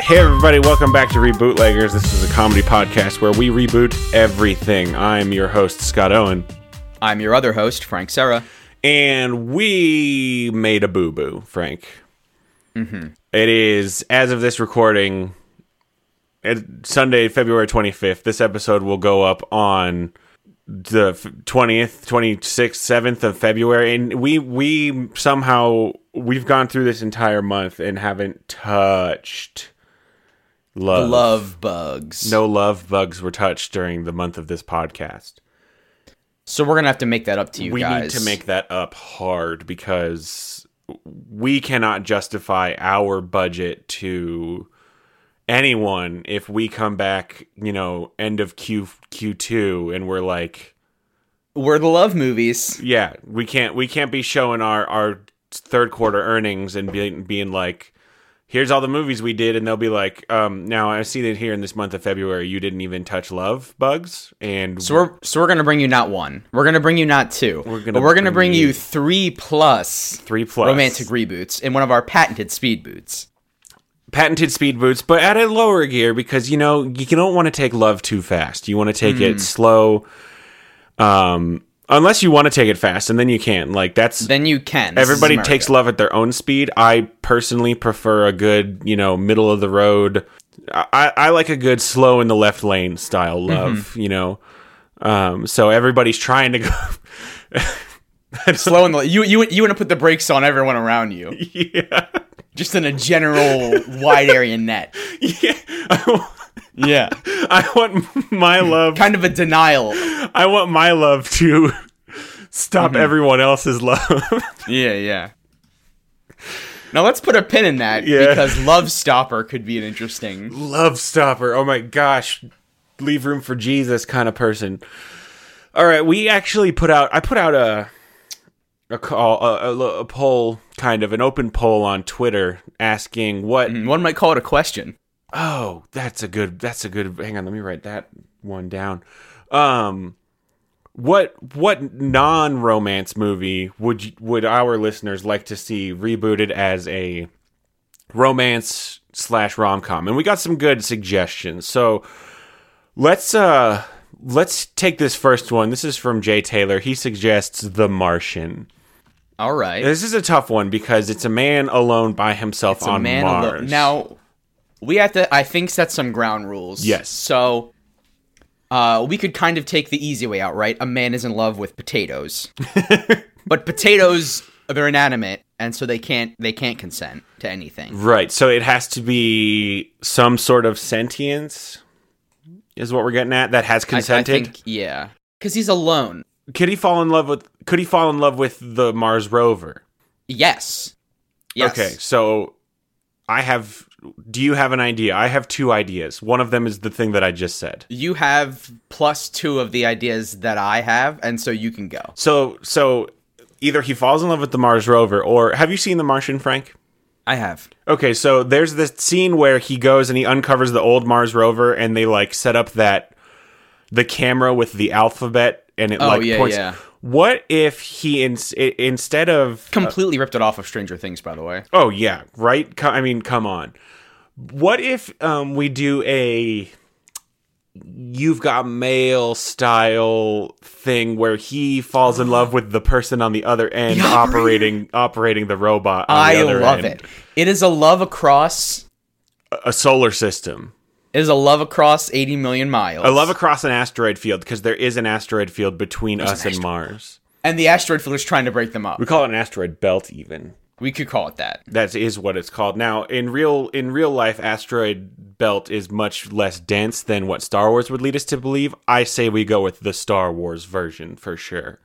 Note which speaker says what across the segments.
Speaker 1: Hey everybody, welcome back to Rebootleggers. This is a comedy podcast where we reboot everything. I'm your host Scott Owen,
Speaker 2: I'm your other host, Frank Serra.
Speaker 1: and we made a boo-boo, Frank. It is as of this recording, it, Sunday, February 25th. This episode will go up on the f- 20th, 26th, 7th of February, and we we somehow we've gone through this entire month and haven't touched love.
Speaker 2: Love bugs.
Speaker 1: No love bugs were touched during the month of this podcast.
Speaker 2: So we're gonna have to make that up to you
Speaker 1: We
Speaker 2: guys.
Speaker 1: need to make that up hard because we cannot justify our budget to anyone if we come back, you know, end of Q Q2 and we're like,
Speaker 2: We're the love movies.
Speaker 1: yeah, we can't we can't be showing our our third quarter earnings and being being like Here's all the movies we did, and they'll be like, um, "Now I see that here in this month of February, you didn't even touch Love Bugs, and
Speaker 2: So we're so we're gonna bring you not one. We're gonna bring you not two. We're
Speaker 1: gonna
Speaker 2: but we're gonna
Speaker 1: bring
Speaker 2: bring
Speaker 1: you-
Speaker 2: you three plus
Speaker 1: three plus
Speaker 2: romantic reboots in one of our patented speed boots.
Speaker 1: patented speed boots, but at a lower gear because you know you don't want to take love too fast. You want to take
Speaker 2: Mm.
Speaker 1: it slow, um, unless you want to take it fast, and then you can. Like that's
Speaker 2: Then you can. This is
Speaker 1: everybody
Speaker 2: America.
Speaker 1: takes love at their own speed. I personally prefer a good, you know, middle of the road. I, I I like a good slow in the left lane style
Speaker 2: Mm-hmm.
Speaker 1: love. You know, um, so everybody's trying to go.
Speaker 2: slow and the, you you you want to put the brakes on everyone around you.
Speaker 1: yeah,
Speaker 2: Just in a general wide area net.
Speaker 1: yeah. I want-
Speaker 2: Yeah.
Speaker 1: I want my love
Speaker 2: Kind of a denial.
Speaker 1: I want my love to stop
Speaker 2: Mm-hmm.
Speaker 1: everyone else's love.
Speaker 2: Yeah, yeah. Now let's put a pin in that
Speaker 1: Yeah.
Speaker 2: because Love Stopper could be an interesting.
Speaker 1: love stopper. Oh my gosh. Leave room for Jesus kind of person. All right, we actually put out I put out a a call a, a, a poll kind of an open poll on Twitter asking what
Speaker 2: hmm, One might call it a question.
Speaker 1: Oh, that's a good. That's a good. Hang on, let me write that one down. Um, what what non romance movie would you, would our listeners like to see rebooted as a romance slash rom com? And we got some good suggestions. So let's uh let's take this first one. This is from Jay Taylor. He suggests The Martian.
Speaker 2: All right.
Speaker 1: This is a tough one because it's a man alone by himself
Speaker 2: a
Speaker 1: on
Speaker 2: man
Speaker 1: Mars.
Speaker 2: alone. Now, we have to, I think, set some ground rules.
Speaker 1: Yes.
Speaker 2: So, uh, we could kind of take the easy way out, right? A man is in love with potatoes, but potatoes they're inanimate, and so they can't they can't consent to anything.
Speaker 1: Right. So it has to be some sort of sentience, is what we're getting at. That has
Speaker 2: I- I
Speaker 1: consented.
Speaker 2: think- yeah, because he's alone.
Speaker 1: could he fall in love with? Could he fall in love with the Mars rover?
Speaker 2: Yes. Yes.
Speaker 1: Okay. So I have. Do you have an idea? I have two ideas. One of them is the thing that I just said.
Speaker 2: You have plus two of the ideas that I have, and so you can go.
Speaker 1: So so either he falls in love with the Mars rover, or have you seen The Martian, Frank?
Speaker 2: I have.
Speaker 1: Okay, so there's this scene where he goes and he uncovers the old Mars rover, and they like set up that the camera with the alphabet, and it like
Speaker 2: Oh, yeah,
Speaker 1: points.
Speaker 2: yeah.
Speaker 1: What if he in, i- instead of
Speaker 2: Completely ripped it off of Stranger Things, by the way.
Speaker 1: oh yeah right? Co- I mean, come on. What if um, we do a you've got mail style thing where he falls in love with the person on the other end
Speaker 2: The operator.
Speaker 1: operating operating the robot. On
Speaker 2: I
Speaker 1: the other
Speaker 2: love
Speaker 1: end.
Speaker 2: it. It is a love across.
Speaker 1: A solar system.
Speaker 2: It is a love across 80 million miles.
Speaker 1: I love across an asteroid field because there is an asteroid field between us and Mars.
Speaker 2: And the asteroid fielder's trying to break them up.
Speaker 1: We call it an asteroid belt, even.
Speaker 2: We could call it that.
Speaker 1: That is what it's called. Now, in real in real life, asteroid belt is much less dense than what Star Wars would lead us to believe. I say we go with the Star Wars version for sure,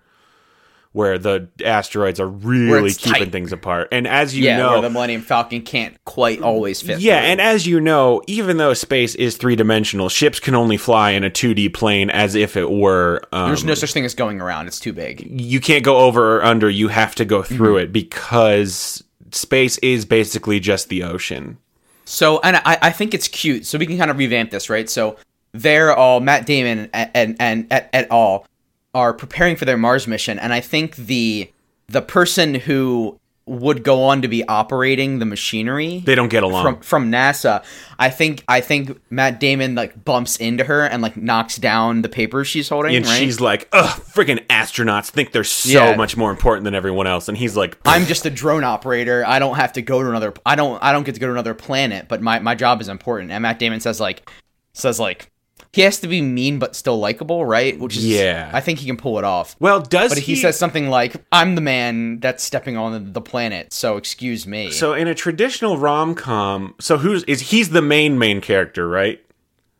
Speaker 1: where the asteroids are really
Speaker 2: it's
Speaker 1: keeping
Speaker 2: tight.
Speaker 1: things apart. And as you
Speaker 2: Yeah,
Speaker 1: know,
Speaker 2: where the Millennium Falcon can't quite always fit.
Speaker 1: Yeah,
Speaker 2: through.
Speaker 1: and as you know, even though space is three dimensional, ships can only fly in a two D plane as if it were um,
Speaker 2: there's no such thing as going around. It's too big.
Speaker 1: you can't go over or under. You have to go through
Speaker 2: Mm-hmm.
Speaker 1: it because space is basically just the ocean.
Speaker 2: So, and I, I think it's cute. So we can kind of revamp this, right? So they're all Matt Damon and and, and et, et al. are preparing for their Mars mission, and I think the the person who would go on to be operating the machinery
Speaker 1: They don't get along.
Speaker 2: from from NASA. I think I think Matt Damon like bumps into her and like knocks down the paper she's holding.
Speaker 1: and
Speaker 2: right?
Speaker 1: she's like, ugh, freaking astronauts think they're so
Speaker 2: Yeah.
Speaker 1: much more important than everyone else. And he's like,
Speaker 2: I'm just a drone operator. I don't have to go to another. I don't. I don't get to go to another planet. But my, my job is important. And Matt Damon says like, says like, he has to be mean but still likable, right? Which is
Speaker 1: Yeah.
Speaker 2: I think he can pull it off.
Speaker 1: well, does
Speaker 2: But he, says something like, "I'm the man that's stepping on the planet, so excuse me."
Speaker 1: so in a traditional rom com? So who's is he's the main main character, right?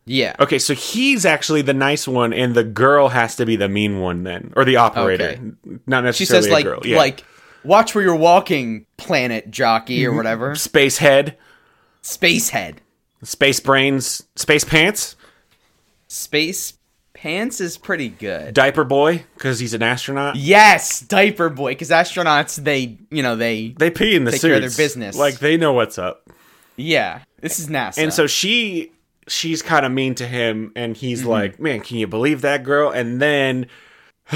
Speaker 2: yeah.
Speaker 1: Okay, so he's actually the nice one, and the girl has to be the mean one then, or the operator,
Speaker 2: Okay.
Speaker 1: not necessarily
Speaker 2: She says
Speaker 1: a
Speaker 2: like,
Speaker 1: girl. Yeah.
Speaker 2: like, watch where you're walking, planet jockey or
Speaker 1: Mm-hmm.
Speaker 2: whatever,
Speaker 1: space head,
Speaker 2: space head,
Speaker 1: space brains, space pants,
Speaker 2: space pants is pretty good.
Speaker 1: diaper boy because he's an astronaut.
Speaker 2: Yes, diaper boy, because astronauts they you know they
Speaker 1: They pee in the
Speaker 2: Take
Speaker 1: suits.
Speaker 2: care of their business.
Speaker 1: Like they know what's up.
Speaker 2: yeah. This is NASA.
Speaker 1: And so she she's kind of mean to him and he's
Speaker 2: Mm-hmm.
Speaker 1: like, "Man, can you believe that girl?" And then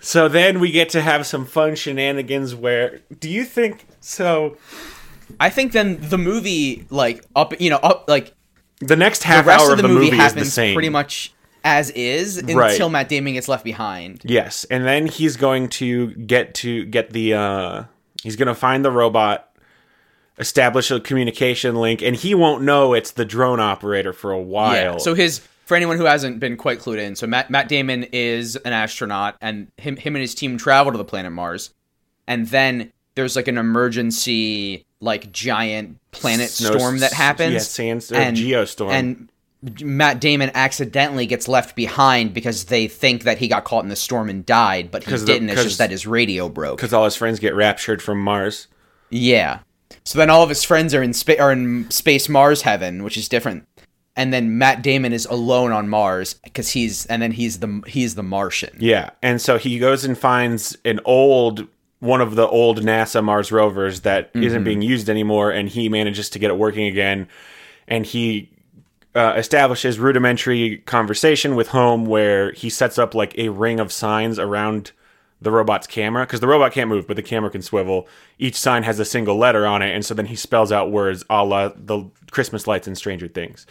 Speaker 1: so then we get to have some fun shenanigans where do you think so
Speaker 2: I think then the movie like up you know up like
Speaker 1: the next half
Speaker 2: rest
Speaker 1: hour
Speaker 2: of the, movie,
Speaker 1: movie, is the
Speaker 2: happens
Speaker 1: same.
Speaker 2: pretty much as is until
Speaker 1: Right.
Speaker 2: Matt Damon gets left behind.
Speaker 1: Yes, and then he's going to get to get the uh he's going to find the robot, establish a communication link, and he won't know it's the drone operator for a while.
Speaker 2: Yeah. So his for anyone who hasn't been quite clued in, so Matt Matt Damon is an astronaut, and him him and his team travel to the planet Mars, and then there's like an emergency like giant planet
Speaker 1: Snow-
Speaker 2: storm that happens.
Speaker 1: yeah, sands- or
Speaker 2: and-
Speaker 1: geostorm.
Speaker 2: and. Matt Damon accidentally gets left behind because they think that he got caught in the storm and died, but he
Speaker 1: 'Cause the-
Speaker 2: didn't. it's
Speaker 1: 'cause-
Speaker 2: just that his radio broke.
Speaker 1: cuz all his friends get raptured from Mars.
Speaker 2: Yeah. So then all of his friends are in spa- are in space Mars heaven, which is different. And then Matt Damon is alone on Mars because he's and then he's the he's the Martian.
Speaker 1: Yeah, and so he goes and finds an old one of the old NASA Mars rovers that
Speaker 2: Mm-hmm.
Speaker 1: not being used anymore, and he manages to get it working again, and he uh, establishes rudimentary conversation with home where he sets up like a ring of signs around the robot's camera because the robot can't move but the camera can swivel each sign has a single letter on it and so then he spells out words a la the christmas lights in stranger things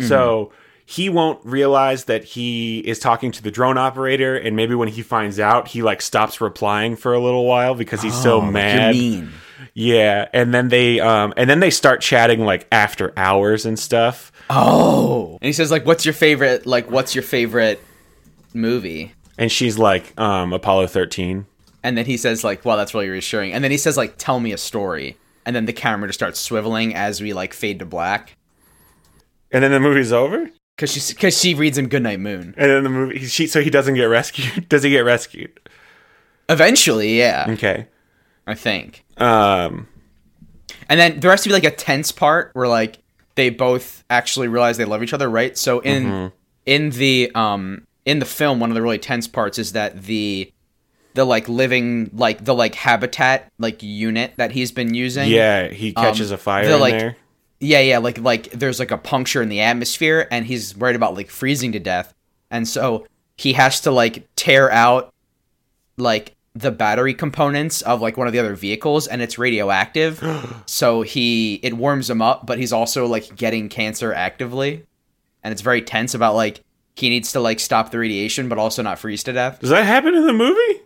Speaker 1: so he won't realize that he is talking to the drone operator, and maybe when he finds out, he like stops replying for a little while because he's so mad.
Speaker 2: You mean?
Speaker 1: Yeah, and then they um and then they start chatting like after hours and stuff.
Speaker 2: Oh. And he says like, "What's your favorite? Like, what's your favorite movie?"
Speaker 1: And she's like, um, Apollo thirteen.
Speaker 2: And then he says like, "Wow, that's really reassuring." And then he says like, "Tell me a story." And then the camera just starts swiveling as we like fade to black
Speaker 1: And then the movie's over.
Speaker 2: because she because she reads him "Goodnight Moon."
Speaker 1: And then the movie, he, she so he doesn't get rescued. Does he get rescued?
Speaker 2: Eventually, yeah,
Speaker 1: Okay.
Speaker 2: I think.
Speaker 1: Um.
Speaker 2: And then there has to be like a tense part where like they both actually realize they love each other, right? So in in the um in the film, one of the really tense parts is that the the like living like the like habitat like unit that he's been using.
Speaker 1: Yeah, he catches a fire
Speaker 2: Um, they're
Speaker 1: in
Speaker 2: like-
Speaker 1: there.
Speaker 2: Yeah, yeah, like like there's like a puncture in the atmosphere and he's worried about like freezing to death. And so he has to like tear out like the battery components of like one of the other vehicles and it's radioactive. so he it warms him up, but he's also like getting cancer actively. And it's very tense about like he needs to like stop the radiation but also not freeze to death.
Speaker 1: Does that happen in the movie?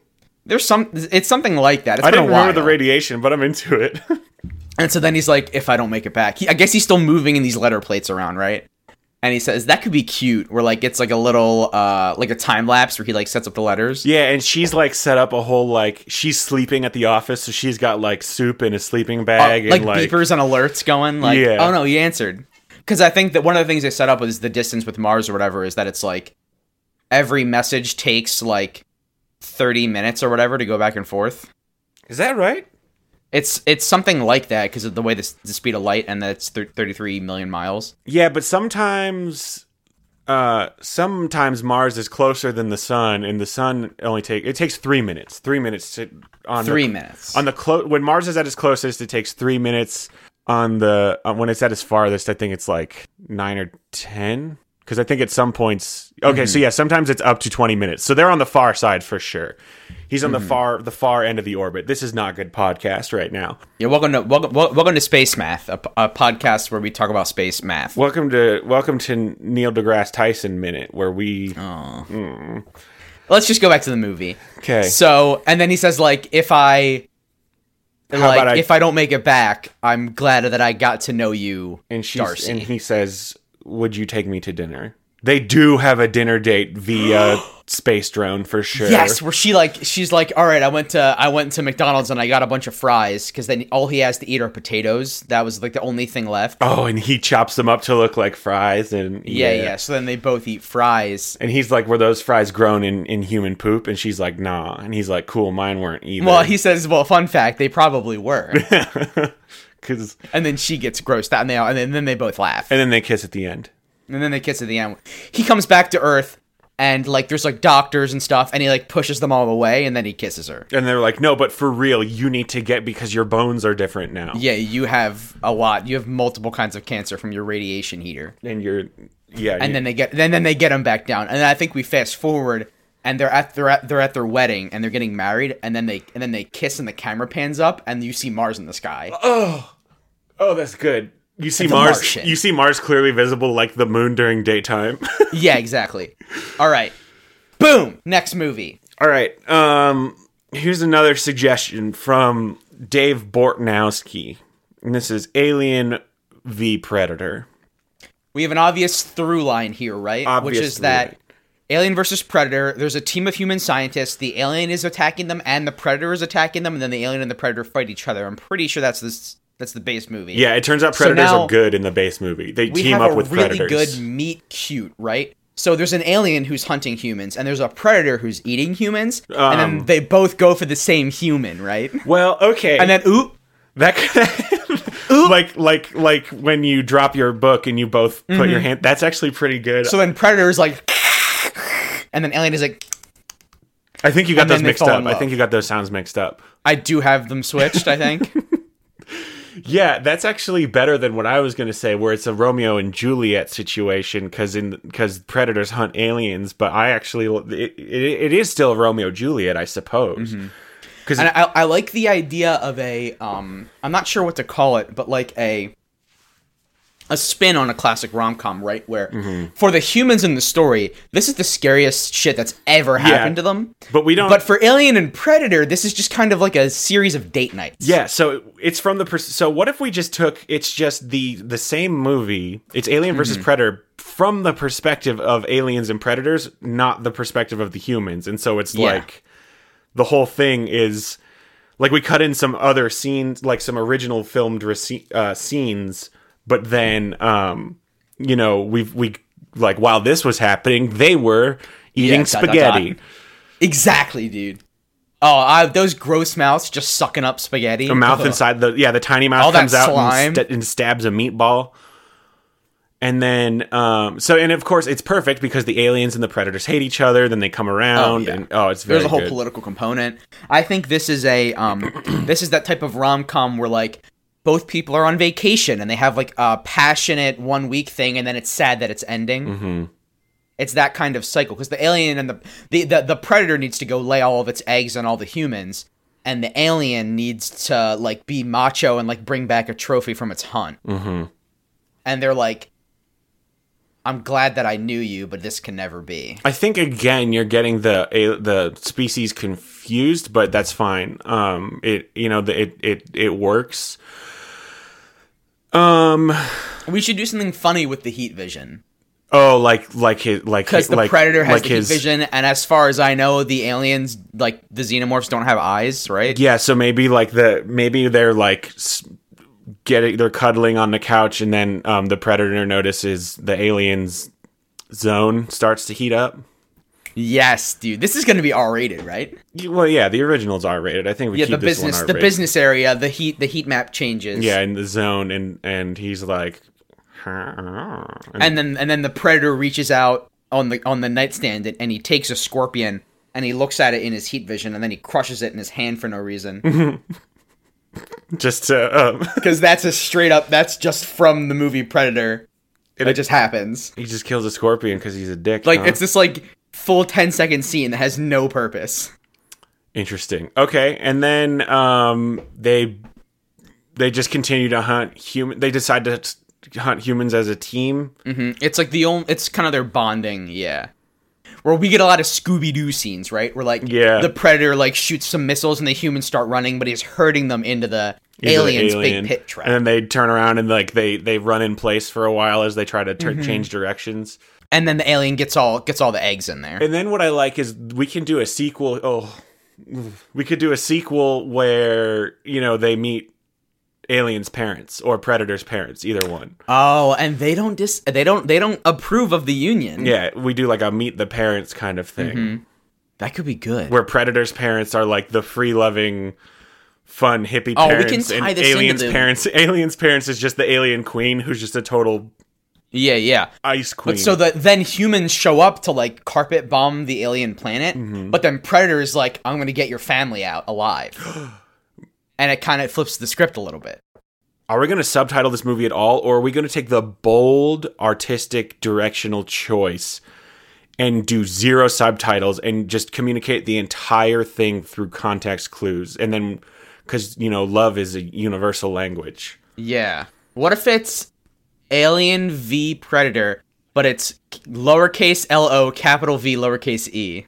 Speaker 2: There's some it's something like that. It's
Speaker 1: I
Speaker 2: been
Speaker 1: don't
Speaker 2: a while.
Speaker 1: remember the radiation, but I'm into it.
Speaker 2: And so then he's like, if I don't make it back, he, I guess he's still moving in these letter plates around, right? And he says that could be cute, where like it's like a little, uh, like a time lapse where he like sets up the letters.
Speaker 1: Yeah, and she's like set up a whole like she's sleeping at the office, so she's got like soup in a sleeping bag
Speaker 2: Uh, like,
Speaker 1: and like
Speaker 2: beepers and alerts going. Like,
Speaker 1: Yeah.
Speaker 2: oh no, he answered. Because I think that one of the things they set up was the distance with Mars or whatever is that it's like every message takes like thirty minutes or whatever to go back and forth.
Speaker 1: Is that right?
Speaker 2: It's it's something like that because of the way this, the speed of light and that's thirty three million miles.
Speaker 1: Yeah, but sometimes uh sometimes Mars is closer than the sun and the sun only take it takes 3 minutes. 3 minutes to on
Speaker 2: Three
Speaker 1: the,
Speaker 2: minutes.
Speaker 1: on the clo- when Mars is at its closest it takes 3 minutes on the uh, when it's at its farthest I think it's like 9 or 10 cuz I think at some points okay, so yeah, sometimes it's up to 20 minutes. So they're on the far side for sure. He's on the far the far end of the orbit. This is not good podcast right now.
Speaker 2: Yeah, welcome to welcome, wel- welcome to Space Math, a, p- a podcast where we talk about space math.
Speaker 1: Welcome to welcome to Neil deGrasse Tyson minute where we
Speaker 2: Let's just go back to the movie.
Speaker 1: okay.
Speaker 2: So, and then he says like, if I, like,
Speaker 1: about I-
Speaker 2: if I don't make it back, I'm glad that I got to know you,
Speaker 1: and she's
Speaker 2: Darcy.
Speaker 1: and he says, "Would you take me to dinner?" They do have a dinner date via space drone for sure.
Speaker 2: Yes, where she like she's like, all right, I went to I went to McDonald's and I got a bunch of fries because then all he has to eat are potatoes. That was like the only thing left.
Speaker 1: Oh, and he chops them up to look like fries, and
Speaker 2: yeah, yeah. So then they both eat fries.
Speaker 1: And he's like, "Were those fries grown in, in human poop?" And she's like, "Nah." And he's like, "Cool, mine weren't either."
Speaker 2: Well, he says, well, fun fact, they probably were.
Speaker 1: because
Speaker 2: and then she gets grossed out, and they all, and then, then they both laugh,
Speaker 1: and
Speaker 2: and,
Speaker 1: then they kiss at the end.
Speaker 2: then they kiss at the end. He comes back to Earth, and like there's like doctors and stuff, and he like pushes them all away, and then he kisses her.
Speaker 1: And they're like, "No, but for real, you need to get because your bones are different now,
Speaker 2: Yeah, you have a lot. You have multiple kinds of cancer from your radiation heater.
Speaker 1: and you're yeah."
Speaker 2: and then they get then then they get him back down and then i think we fast forward and they're at they're at, they're at their wedding and they're getting married and then they and then they kiss and the camera pans up and you see mars in the sky
Speaker 1: oh, that's good. You see
Speaker 2: a
Speaker 1: Mars.
Speaker 2: Martian.
Speaker 1: You see Mars clearly visible like the moon during daytime.
Speaker 2: yeah exactly all right boom next movie
Speaker 1: All right. Um, here's another suggestion from Dave Bortnowski, and this is Alien v Predator.
Speaker 2: we have an obvious through line here right
Speaker 1: Obvious
Speaker 2: which is
Speaker 1: through
Speaker 2: that
Speaker 1: line.
Speaker 2: alien versus predator there's a team of human scientists the alien is attacking them and the predator is attacking them and then the alien and the predator fight each other i'm pretty sure that's this that's the base movie
Speaker 1: Yeah, it turns out predators
Speaker 2: now-
Speaker 1: are good in the base movie. They
Speaker 2: we
Speaker 1: team
Speaker 2: have
Speaker 1: up
Speaker 2: a
Speaker 1: with
Speaker 2: really
Speaker 1: predators.
Speaker 2: good meet cute, right? So there's an alien who's hunting humans, and there's a predator who's eating humans, and
Speaker 1: Um,
Speaker 2: then they both go for the same human, right?
Speaker 1: Well, okay.
Speaker 2: And then oop,
Speaker 1: that like like like when you drop your book and you both put your hand. That's actually pretty good.
Speaker 2: Mm-hmm. so then predator's like, and then alien is like,
Speaker 1: I think you got
Speaker 2: and then
Speaker 1: those
Speaker 2: they
Speaker 1: mixed
Speaker 2: fall
Speaker 1: up.
Speaker 2: in
Speaker 1: I
Speaker 2: love.
Speaker 1: think you got those sounds mixed up.
Speaker 2: I do have them switched, I think.
Speaker 1: Yeah, that's actually better than what I was going to say, where it's a Romeo and Juliet situation because in because predators hunt aliens, but I actually it, it, it is still Romeo Juliet, I suppose.
Speaker 2: and I, I like the idea of a, um, I'm not sure what to call it, but like a, a spin on a classic rom com, right? Where
Speaker 1: Mm-hmm.
Speaker 2: for the humans in the story, this is the scariest shit that's ever happened to them.
Speaker 1: But we don't.
Speaker 2: But for Alien and Predator, this is just kind of like a series of date nights.
Speaker 1: yeah, so it- it's from the pers- so what if we just took it's just the the same movie, it's Alien versus
Speaker 2: Mm-hmm.
Speaker 1: Predator from the perspective of aliens and predators, not the perspective of the humans, and so it's
Speaker 2: Yeah.
Speaker 1: like the whole thing is like we cut in some other scenes like some original filmed rece- uh, scenes but then um you know we've we like while this was happening they were eating
Speaker 2: Yeah, dot, dot,
Speaker 1: spaghetti
Speaker 2: dot. Exactly, dude. Oh, I, those gross mouths just sucking up spaghetti.
Speaker 1: the mouth
Speaker 2: Ugh.
Speaker 1: inside the yeah the tiny mouth
Speaker 2: All that
Speaker 1: comes out
Speaker 2: slime.
Speaker 1: and, sta- and stabs a meatball and then um so and of course it's perfect because the aliens and the predators hate each other then they come around
Speaker 2: yeah.
Speaker 1: and oh it's very
Speaker 2: There's a whole
Speaker 1: good.
Speaker 2: political component. I think this is a um, this is that type of rom com where like both people are on vacation and they have like a passionate one week thing, and then it's sad that it's ending.
Speaker 1: Mm-hmm.
Speaker 2: It's that kind of cycle because the alien and the, the the the predator needs to go lay all of its eggs on all the humans, and the alien needs to like be macho and like bring back a trophy from its hunt. Mm-hmm. And they're like, "I'm glad that I knew you, but this can never be."
Speaker 1: I think again you're getting the a, the species confused, but that's fine. Um, it you know the, it it it works. Um.
Speaker 2: We should do something funny with the heat vision.
Speaker 1: Oh, like like his like
Speaker 2: Because the
Speaker 1: like,
Speaker 2: predator has
Speaker 1: like
Speaker 2: the heat vision, and as far as I know, the aliens, like the xenomorphs, don't have eyes, right?
Speaker 1: Yeah, so maybe like the maybe they're like s- getting they're cuddling on the couch, and then um the predator notices the alien's zone starts to heat up.
Speaker 2: Yes, dude, this is going to be R rated, right?
Speaker 1: Well, yeah, the original's R rated. I think we
Speaker 2: Yeah,
Speaker 1: keep
Speaker 2: the
Speaker 1: this
Speaker 2: business,
Speaker 1: one
Speaker 2: the
Speaker 1: R-rated.
Speaker 2: business area, the heat, the heat map changes.
Speaker 1: Yeah, in the zone, and and he's like, and
Speaker 2: and then and then the predator reaches out on the on the nightstand and, and he takes a scorpion and he looks at it in his heat vision and then he crushes it in his hand for no reason
Speaker 1: just to um,
Speaker 2: because that's a straight up that's just from the movie Predator. It,
Speaker 1: It- Uh-huh.
Speaker 2: just happens.
Speaker 1: he just kills a scorpion because he's a dick.
Speaker 2: Like
Speaker 1: huh?
Speaker 2: it's this like full 10 second scene that has no purpose.
Speaker 1: Interesting. Okay, and then um, they they just continue to hunt human. They decide to s- hunt humans as a team.
Speaker 2: hmm It's like the only. It's kind of their bonding. Yeah. Where we get a lot of Scooby Doo scenes, right? Where like
Speaker 1: Yeah.
Speaker 2: the predator like shoots some missiles and the humans start running, but he's hurting them into the
Speaker 1: Into the
Speaker 2: aliens'
Speaker 1: alien.
Speaker 2: big pit trap.
Speaker 1: and then they turn around and like they they run in place for a while as they try to
Speaker 2: Mm-hmm.
Speaker 1: turn change directions.
Speaker 2: and then the alien gets all gets all the eggs in there.
Speaker 1: And then what I like is we can do a sequel. Oh, we could do a sequel where you know they meet aliens' parents or predators' parents, either one.
Speaker 2: oh, and they don't dis they don't they don't approve of the union.
Speaker 1: Yeah, we do like a meet the parents kind of thing.
Speaker 2: Mm-hmm. That could be good.
Speaker 1: where predators' parents are like the free loving, fun hippie
Speaker 2: Oh, we can
Speaker 1: parents,
Speaker 2: tie
Speaker 1: and
Speaker 2: this into
Speaker 1: aliens'
Speaker 2: the-
Speaker 1: parents. Aliens' parents is just the alien queen who's just a total
Speaker 2: yeah, yeah.
Speaker 1: ice queen.
Speaker 2: But so that then humans show up to like carpet bomb the alien planet,
Speaker 1: Mm-hmm.
Speaker 2: but then Predator is like, "I'm gonna get your family out alive," and it kind of flips the script a little bit.
Speaker 1: are we going to subtitle this movie at all, or are we going to take the bold artistic directional choice? And do zero subtitles and just communicate the entire thing through context clues. And then, because, you know, love is a universal language.
Speaker 2: Yeah. What if it's Alien v Predator, but it's lowercase L O, capital V, lowercase E,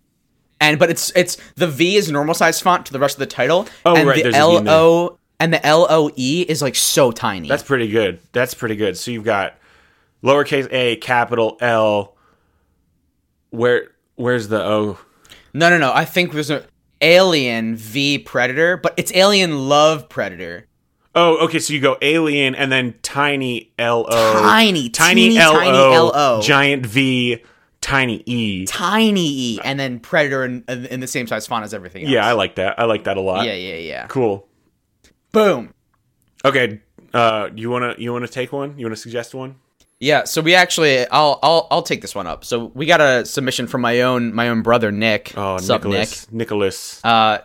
Speaker 2: and but it's it's the V is normal size font to the rest of the title,
Speaker 1: Oh,
Speaker 2: and
Speaker 1: right,
Speaker 2: the
Speaker 1: there's a V in
Speaker 2: L
Speaker 1: there.
Speaker 2: O and the L O E is like so tiny.
Speaker 1: That's pretty good. That's pretty good. So you've got lowercase a, capital L. Where where's the O?
Speaker 2: No, no, no. I think there's a Alien v Predator, but it's Alien Love Predator.
Speaker 1: Oh, okay. So you go alien and then tiny L O,
Speaker 2: Tiny,
Speaker 1: tiny
Speaker 2: teeny
Speaker 1: L
Speaker 2: tiny
Speaker 1: O,
Speaker 2: LO.
Speaker 1: giant V, tiny E.
Speaker 2: Tiny E, and then Predator in, in the same size font as everything else.
Speaker 1: Yeah, I like that. I like that a lot.
Speaker 2: yeah, yeah, yeah.
Speaker 1: Cool.
Speaker 2: Boom.
Speaker 1: Okay. Uh, you wanna you wanna take one? You wanna suggest one?
Speaker 2: Yeah. So we actually, I'll, I'll, I'll take this one up. So we got a submission from my own, my own brother Nick.
Speaker 1: Oh,
Speaker 2: Sup,
Speaker 1: Nicholas. Nicholas.
Speaker 2: Nick. Uh,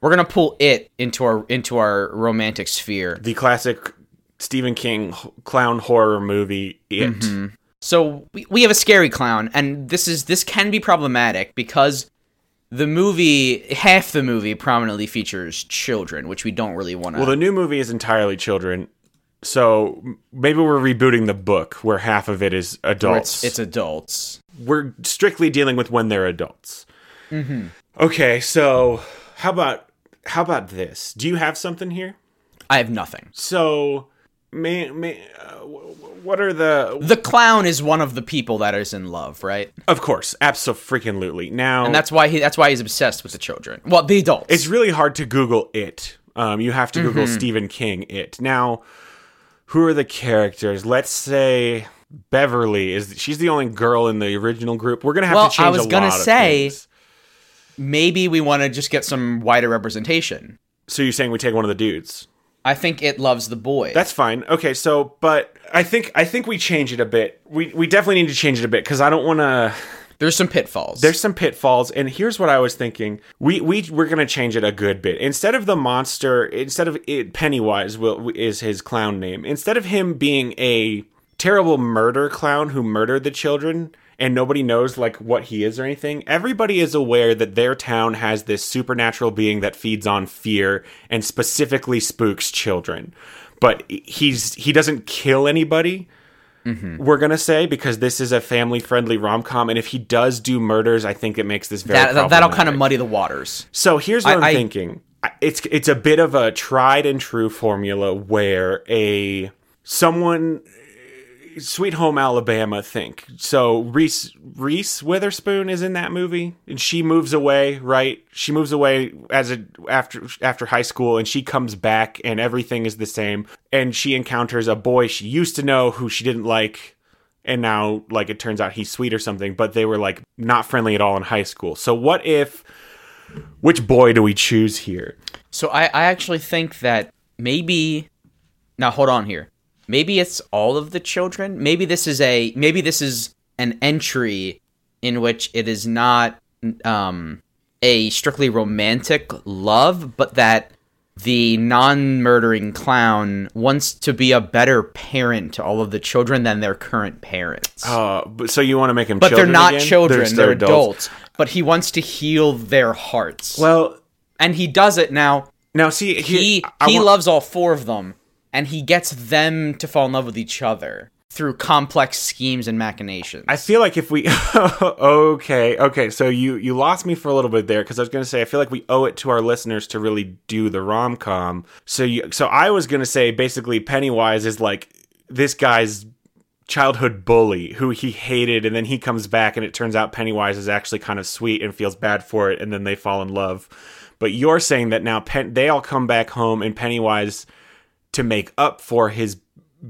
Speaker 2: we're gonna pull it into our into our romantic sphere.
Speaker 1: the classic Stephen King h- clown horror movie. It.
Speaker 2: Mm-hmm. So we, we have a scary clown, and this is this can be problematic because the movie half the movie prominently features children, which we don't really want to.
Speaker 1: Well, the new movie is entirely children, so m- maybe we're rebooting the book where half of it is adults.
Speaker 2: it's, it's adults.
Speaker 1: we're strictly dealing with when they're adults. Mm-hmm. Okay, so how about how about this? Do you have something here?
Speaker 2: I have nothing.
Speaker 1: So, may, may, uh, wh- wh- what are the?
Speaker 2: The clown is one of the people that is in love, right?
Speaker 1: Of course, absolutely. Now,
Speaker 2: And that's why he that's why he's obsessed with the children. Well, the adults.
Speaker 1: it's really hard to Google it. Um, you have to Google
Speaker 2: Mm-hmm.
Speaker 1: Stephen King it. Now, who are the characters? Let's say Beverly is she's the only girl in the original group. We're gonna have
Speaker 2: Well,
Speaker 1: to change.
Speaker 2: I was
Speaker 1: a
Speaker 2: gonna
Speaker 1: lot of
Speaker 2: say-
Speaker 1: things.
Speaker 2: Maybe we want to just get some wider representation.
Speaker 1: So you're saying we take one of the dudes?
Speaker 2: I think it loves the boy.
Speaker 1: That's fine. Okay, so but I think I think we change it a bit. We we definitely need to change it a bit because I don't want to.
Speaker 2: There's some pitfalls.
Speaker 1: There's some pitfalls, and here's what I was thinking. We we we're gonna change it a good bit. Instead of the monster, instead of it, Pennywise will is his clown name. Instead of him being a terrible murder clown who murdered the children and nobody knows like what he is or anything, everybody is aware that their town has this supernatural being that feeds on fear and specifically spooks children. But he's he doesn't kill anybody
Speaker 2: Mm-hmm.
Speaker 1: we're gonna say because this is a family friendly rom com, and if he does do murders, I think it makes this very
Speaker 2: that, that, will
Speaker 1: problematic.
Speaker 2: kind of muddy the waters.
Speaker 1: So here's what I, am
Speaker 2: I-
Speaker 1: thinking. I- It's it's a bit of a tried and true formula where a someone Sweet Home Alabama think. So Reese Reese Witherspoon is in that movie and she moves away, right? She moves away as a after after high school and she comes back and everything is the same and she encounters a boy she used to know who she didn't like and now like it turns out he's sweet or something, but they were like not friendly at all in high school. So what if which boy do we choose here?
Speaker 2: So I, I actually think that maybe now hold on here. Maybe it's all of the children. Maybe this is a maybe this is an entry in which it is not um a strictly romantic love, but that the non-murdering clown wants to be a better parent to all of the children than their current parents.
Speaker 1: Uh, but so you want to make him
Speaker 2: but they're
Speaker 1: children
Speaker 2: not
Speaker 1: again?
Speaker 2: children;
Speaker 1: still
Speaker 2: they're adults. But he wants to heal their hearts.
Speaker 1: Well,
Speaker 2: and he does it now.
Speaker 1: Now, see,
Speaker 2: He he,
Speaker 1: I want-
Speaker 2: loves all four of them, and he gets them to fall in love with each other through complex schemes and machinations.
Speaker 1: I feel like if we okay, okay, so you you lost me for a little bit there because I was going to say I feel like we owe it to our listeners to really do the rom com. So you so I was going to say basically Pennywise is like this guy's childhood bully who he hated and then he comes back and it turns out Pennywise is actually kind of sweet and feels bad for it and then they fall in love. But you're saying that now Pen- they all come back home and Pennywise to make up for his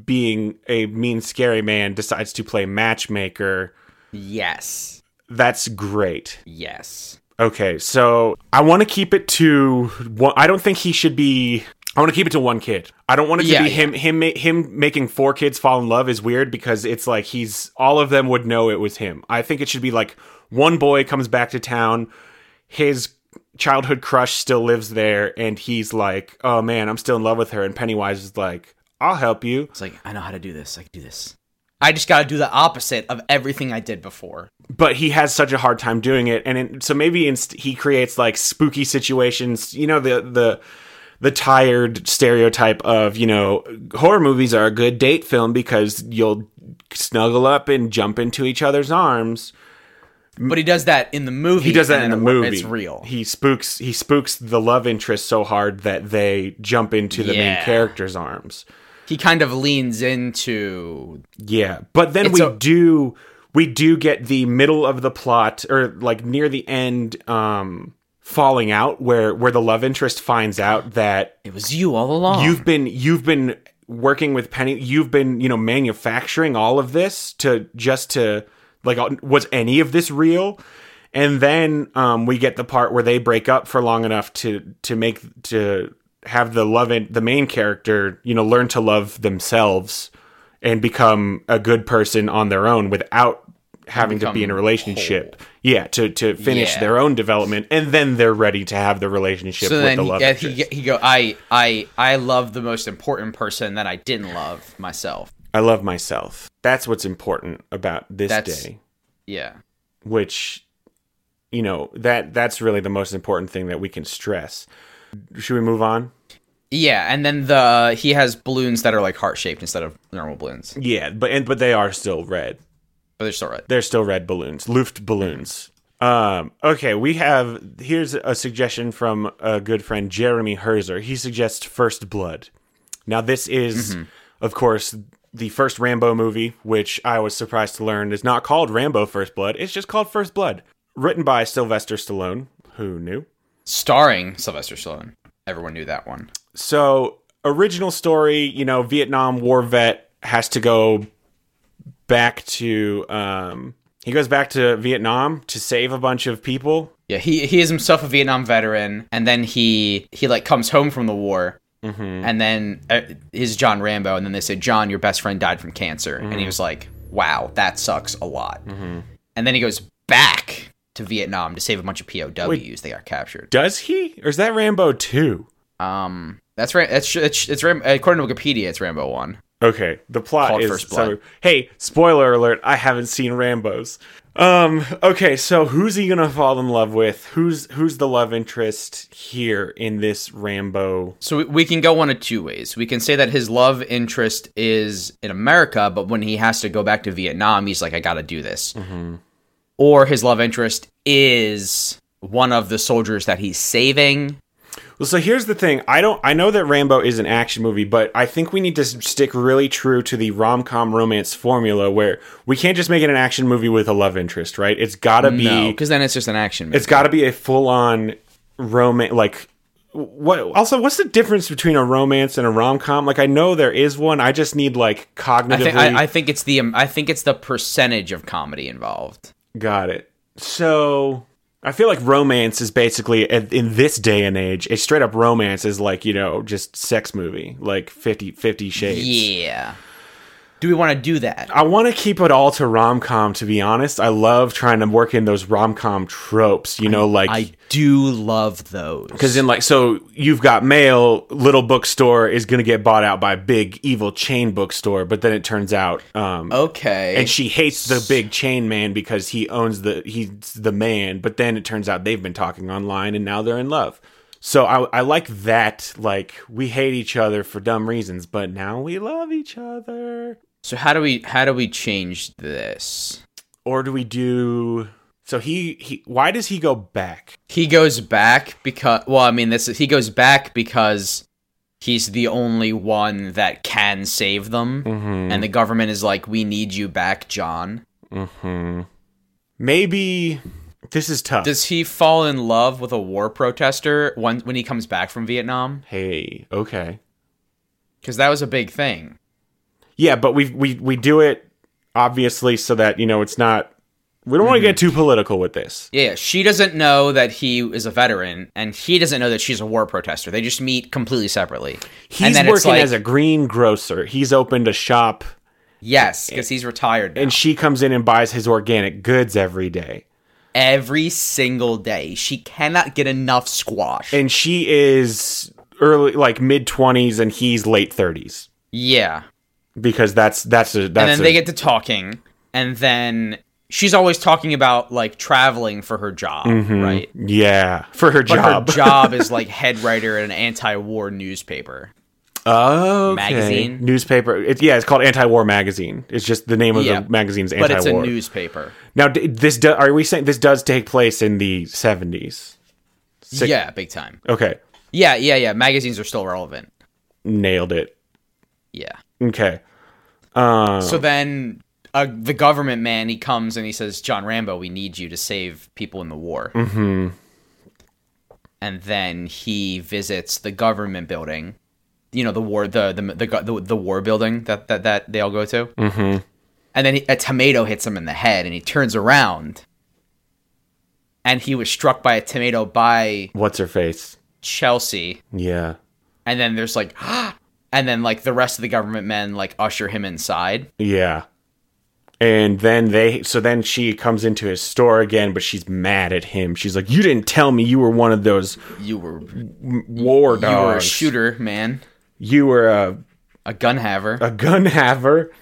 Speaker 1: being a mean scary man decides to play matchmaker
Speaker 2: yes,
Speaker 1: that's great
Speaker 2: yes.
Speaker 1: okay so i want to keep it to one i don't think he should be i want to keep it to one kid i don't want it to
Speaker 2: Yeah,
Speaker 1: be
Speaker 2: yeah.
Speaker 1: him him ma- him making four kids fall in love is weird because it's like he's all of them would know it was him i think it should be like one boy comes back to town his childhood crush still lives there and he's like oh man i'm still in love with her and pennywise is like i'll help you
Speaker 2: It's like I know how to do this. I can do this. I just got to do the opposite of everything I did before.
Speaker 1: but he has such a hard time doing it and in, so maybe inst- he creates like spooky situations you know the the the tired stereotype of you know horror movies are a good date film because you'll snuggle up and jump into each other's arms
Speaker 2: But he does that in the movie.
Speaker 1: he does that in
Speaker 2: and
Speaker 1: the
Speaker 2: then it-
Speaker 1: movie
Speaker 2: It's real.
Speaker 1: he spooks he spooks the love interest so hard that they jump into the main
Speaker 2: Yeah.
Speaker 1: character's arms
Speaker 2: He kind of leans into
Speaker 1: Yeah, but then
Speaker 2: It's
Speaker 1: we
Speaker 2: a-
Speaker 1: do we do get the middle of the plot or like near the end um falling out where where the love interest finds out that
Speaker 2: it was you all along.
Speaker 1: you've been you've been working with Penny you've been, you know, manufacturing all of this to just to like uh, was any of this real? And then um we get the part where they break up for long enough to to make to have the love in, the main character, you know, learn to love themselves and become a good person on their own without having to be in a relationship. Yeah, to to finish
Speaker 2: Yeah.
Speaker 1: their own development and then they're ready to have the relationship
Speaker 2: so
Speaker 1: with
Speaker 2: then
Speaker 1: the
Speaker 2: he,
Speaker 1: love.
Speaker 2: yeah,
Speaker 1: interest.
Speaker 2: he, he go I I I love the most important person that I didn't love myself.
Speaker 1: I love myself. That's what's important about this
Speaker 2: That's-
Speaker 1: day,
Speaker 2: Yeah.
Speaker 1: which you know, that that's really the most important thing that we can stress. Should we move on?
Speaker 2: Yeah, and then the he has balloons that are like heart shaped instead of normal balloons,
Speaker 1: Yeah, but and but they are still red.
Speaker 2: but they're still red.
Speaker 1: They're still red balloons, Luft balloons. Um, okay, we have here's a suggestion from a good friend Jeremy Herzer. He suggests First Blood. Now this is of course the first Rambo movie, which I was surprised to learn is not called Rambo First Blood. It's just called First Blood, written by Sylvester Stallone, who knew.
Speaker 2: Starring Sylvester Stallone. Everyone knew that one.
Speaker 1: So, original story, you know, Vietnam War vet has to go back to um he goes back to Vietnam to save a bunch of people
Speaker 2: Yeah, he he is himself a Vietnam veteran, and then he he like comes home from the war, and then uh, is John Rambo, and then they said, John, your best friend died from cancer, and he was like, Wow, that sucks a lot. And then he goes back to Vietnam to save a bunch of POWs that got captured.
Speaker 1: Does he? Or is that Rambo 2?
Speaker 2: Um, that's right. That's it's, it's Ram- according to Wikipedia, it's Rambo one.
Speaker 1: Okay, the plot
Speaker 2: Called
Speaker 1: is
Speaker 2: First Blood.
Speaker 1: so- hey, spoiler alert, I haven't seen Rambo's. Um, okay, so who's he gonna fall in love with? Who's who's the love interest here in this Rambo?
Speaker 2: So we- we can go one of two ways. We can say that his love interest is in America, but when he has to go back to Vietnam, he's like, I got to do this.
Speaker 1: Mm-hmm.
Speaker 2: Or his love interest is one of the soldiers that he's saving.
Speaker 1: Well, so here's the thing. I don't I know that Rambo is an action movie, but I think we need to s- stick really true to the rom-com romance formula where we can't just make it an action movie with a love interest, right? It's got to be
Speaker 2: No, because then it's just an action movie.
Speaker 1: It's got to be a full on romance. Like, what? Also, what's the difference between a romance and a rom com? Like, I know there is one. I just need like cognitively.
Speaker 2: I think, I, I think it's the um, I think it's the percentage of comedy involved.
Speaker 1: got it. So I feel like romance is basically in in this day and age. A straight up romance is like you know just sex movie, like 50, 50 Shades.
Speaker 2: Yeah. Do we want to do that?
Speaker 1: I want to keep it all to rom com. To be honest, I love trying to work in those rom com tropes. You know, like
Speaker 2: I do love those.
Speaker 1: Because in like, so you've got mail. Little bookstore is going to get bought out by big evil chain bookstore, but then it turns out, um,
Speaker 2: okay.
Speaker 1: and she hates the big chain man because he owns the he's the man. But then it turns out they've been talking online, and now they're in love. So I, I like that. Like we hate each other for dumb reasons, but now we love each other.
Speaker 2: So how do we how do we change this?
Speaker 1: Or do we do? So he he. Why does he go back?
Speaker 2: He goes back because well, I mean this is, he goes back because he's the only one that can save them
Speaker 1: Mm-hmm.
Speaker 2: and the government is like we need you back, John.
Speaker 1: Mm-hmm. Maybe this is tough.
Speaker 2: Does he fall in love with a war protester when when he comes back from Vietnam?
Speaker 1: hey, okay.
Speaker 2: Cuz that was a big thing.
Speaker 1: Yeah, but we we we do it obviously so that you know it's not. We don't want to get too political with this.
Speaker 2: Yeah, she doesn't know that he is a veteran, and he doesn't know that she's a war protester. They just meet completely separately. and
Speaker 1: He's
Speaker 2: then it's
Speaker 1: working
Speaker 2: like,
Speaker 1: as a greengrocer. He's opened a shop,
Speaker 2: yes, because he's retired now.
Speaker 1: and she comes in and buys his organic goods every day.
Speaker 2: every single day. She cannot get enough squash.
Speaker 1: And she is early, like mid twenties, and he's late thirties
Speaker 2: yeah,
Speaker 1: because that's that's a that's
Speaker 2: and then
Speaker 1: a,
Speaker 2: they get to talking, and then she's always talking about like traveling for her job, right?
Speaker 1: yeah for her Mm-hmm.
Speaker 2: But
Speaker 1: job.
Speaker 2: her job is like head writer at an anti-war newspaper.
Speaker 1: Oh, okay.
Speaker 2: Magazine?
Speaker 1: newspaper. It's yeah, it's called Anti-War Magazine. It's just the name of
Speaker 2: Yeah.
Speaker 1: the magazine's
Speaker 2: But
Speaker 1: Anti-War.
Speaker 2: it's a newspaper.
Speaker 1: now, d- this do, are we saying this does take place in the seventies?
Speaker 2: yeah, big time.
Speaker 1: Okay,
Speaker 2: Yeah, yeah, yeah. Magazines are still relevant.
Speaker 1: nailed it.
Speaker 2: Yeah.
Speaker 1: Okay, uh,
Speaker 2: So then uh, the government man he comes and he says, "John Rambo, we need you to save people in the war." Mm-hmm. And then he visits the government building, you know, the war the the the gu- the, the war building that that that they all go to. Mm-hmm. And then he, a tomato hits him in the head, and he turns around. And he was struck by a tomato by
Speaker 1: what's her face?
Speaker 2: Chelsea,
Speaker 1: Yeah,
Speaker 2: and then there's like, and then like the rest of the government men like usher him inside.
Speaker 1: yeah. And then they, so then she comes into his store again, but she's mad at him. She's like, "You didn't tell me you were one of those
Speaker 2: You were
Speaker 1: war dogs.
Speaker 2: You were a shooter, man.
Speaker 1: You were a
Speaker 2: A gun haver.
Speaker 1: a gun haver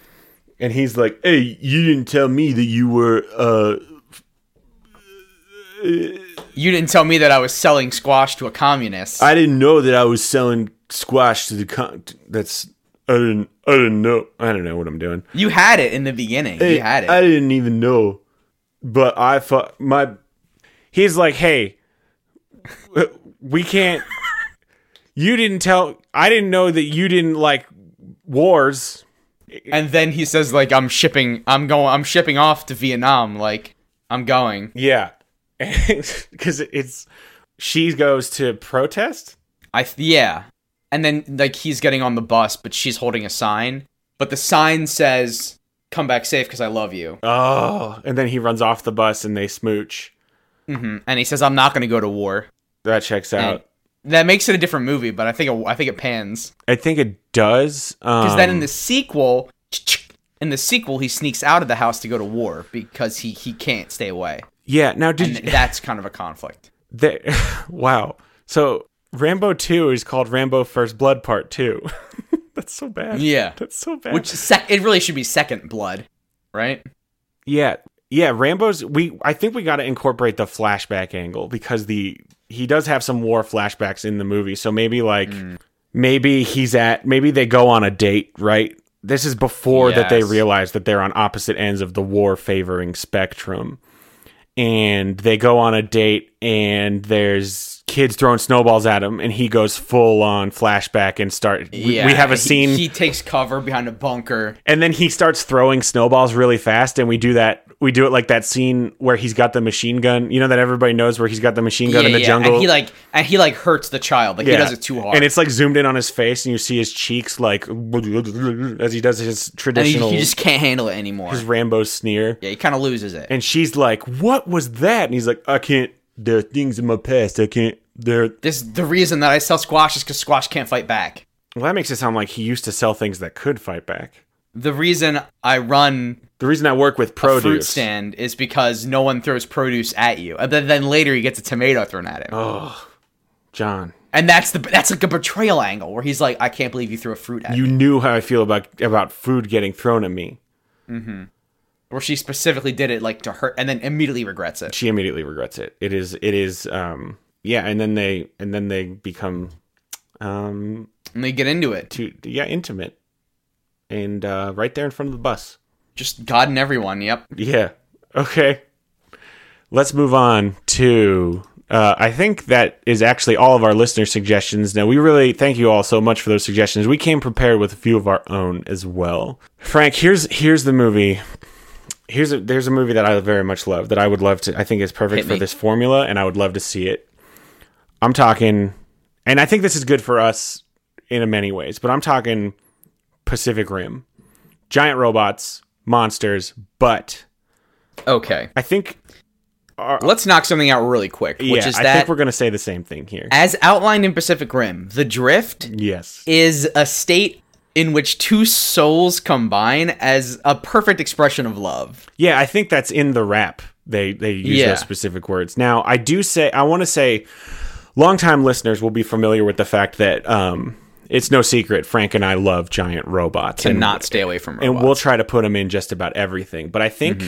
Speaker 1: and he's like hey you didn't tell me that you were uh
Speaker 2: you didn't tell me that I was selling squash to a communist.
Speaker 1: i didn't know that i was selling squash to the con that's i didn't i didn't know i don't know what i'm doing
Speaker 2: you had it in the beginning. you had it.
Speaker 1: i didn't even know but i thought my he's like hey we can't you didn't tell i didn't know that you didn't like wars
Speaker 2: and then he says, like, I'm shipping. I'm going. I'm shipping off to Vietnam. Like, I'm going.
Speaker 1: yeah because it's she goes to protest
Speaker 2: I th- yeah. And then like he's getting on the bus, but she's holding a sign. But the sign says, "Come back safe, because I love you."
Speaker 1: Oh, and then he runs off the bus and they smooch.
Speaker 2: hmm And he says, "I'm not going to go to war."
Speaker 1: That
Speaker 2: Mm.
Speaker 1: checks out.
Speaker 2: That makes it a different movie, but I think it, I think it pans.
Speaker 1: I think it does.
Speaker 2: Because
Speaker 1: Um,
Speaker 2: then in the sequel, in the sequel, he sneaks out of the house to go to war because he he can't stay away,
Speaker 1: yeah. Now did
Speaker 2: and
Speaker 1: you,
Speaker 2: that's kind of a conflict.
Speaker 1: there, wow. So Rambo Two is called Rambo First Blood Part Two. That's so bad.
Speaker 2: Yeah,
Speaker 1: That's so bad.
Speaker 2: which sec- it really should be Second Blood, right?
Speaker 1: yeah, yeah. Rambo's. We I think we got to incorporate the flashback angle because the he does have some war flashbacks in the movie. So maybe like
Speaker 2: Mm.
Speaker 1: maybe he's at maybe they go on a date right. This is before that they
Speaker 2: Yes.
Speaker 1: realize that they're on opposite ends of the war favoring spectrum. and they go on a date and there's kids throwing snowballs at him and he goes full on flashback and start we,
Speaker 2: yeah,
Speaker 1: we have a
Speaker 2: he-
Speaker 1: scene
Speaker 2: He, takes cover behind a bunker.
Speaker 1: and then he starts throwing snowballs really fast and we do that we do it like that scene where he's got the machine gun you know that everybody knows where he's got the machine gun
Speaker 2: yeah,
Speaker 1: in the
Speaker 2: yeah,
Speaker 1: jungle
Speaker 2: and he like and he like hurts the child. Like he
Speaker 1: Yeah.
Speaker 2: does it too hard,
Speaker 1: and it's like zoomed in on his face and you see his cheeks like as he does his
Speaker 2: And he,
Speaker 1: traditional
Speaker 2: he just can't handle it anymore.
Speaker 1: rambo sneer
Speaker 2: yeah, he kind of loses it.
Speaker 1: and she's like what was that and he's like i can't there are things in my past i can't there are
Speaker 2: this the reason that I sell squash is because squash can't fight back.
Speaker 1: Well, that makes it sound like he used to sell things that could fight back.
Speaker 2: The reason I run
Speaker 1: The reason I work with
Speaker 2: fruit
Speaker 1: produce.
Speaker 2: stand is because no one throws produce at you. And then, then later he gets a tomato thrown at him.
Speaker 1: John,
Speaker 2: And that's the that's like a betrayal angle where he's like, I can't believe you threw a fruit at me.
Speaker 1: you knew how I feel about about food getting thrown at me.
Speaker 2: Where she specifically did it like to hurt and then immediately regrets it.
Speaker 1: She immediately regrets it. It is it is um yeah, and then they and then they become um
Speaker 2: And they get into it.
Speaker 1: too yeah intimate, and uh, right there in front of the bus.
Speaker 2: Just God and everyone. Yep.
Speaker 1: Yeah. Okay. Let's move on to. Uh, I think that is actually all of our listener suggestions. Now, we really thank you all so much for those suggestions. We came prepared with a few of our own as well. Frank, here's here's the movie. Here's a there's a movie that I very much love that I would love to. I think is perfect
Speaker 2: Hit
Speaker 1: for
Speaker 2: me.
Speaker 1: this formula, and I would love to see it. I'm talking, and I think this is good for us in many ways. But I'm talking Pacific Rim, giant robots, monsters, but
Speaker 2: Okay.
Speaker 1: I think
Speaker 2: Let's knock something out really quick, which
Speaker 1: yeah,
Speaker 2: is
Speaker 1: I
Speaker 2: that
Speaker 1: think we're gonna say the same thing here.
Speaker 2: as outlined in Pacific Rim, the drift
Speaker 1: yes.
Speaker 2: is a state in which two souls combine as a perfect expression of love.
Speaker 1: Yeah, I think that's in the rap. They they use
Speaker 2: Yeah.
Speaker 1: those specific words. Now I do say I wanna say longtime listeners will be familiar with the fact that um it's no secret Frank and I love giant robots.
Speaker 2: To
Speaker 1: and
Speaker 2: not stay away from
Speaker 1: and
Speaker 2: robots. Mm-hmm.
Speaker 1: we'll try to put them in just about everything. But I think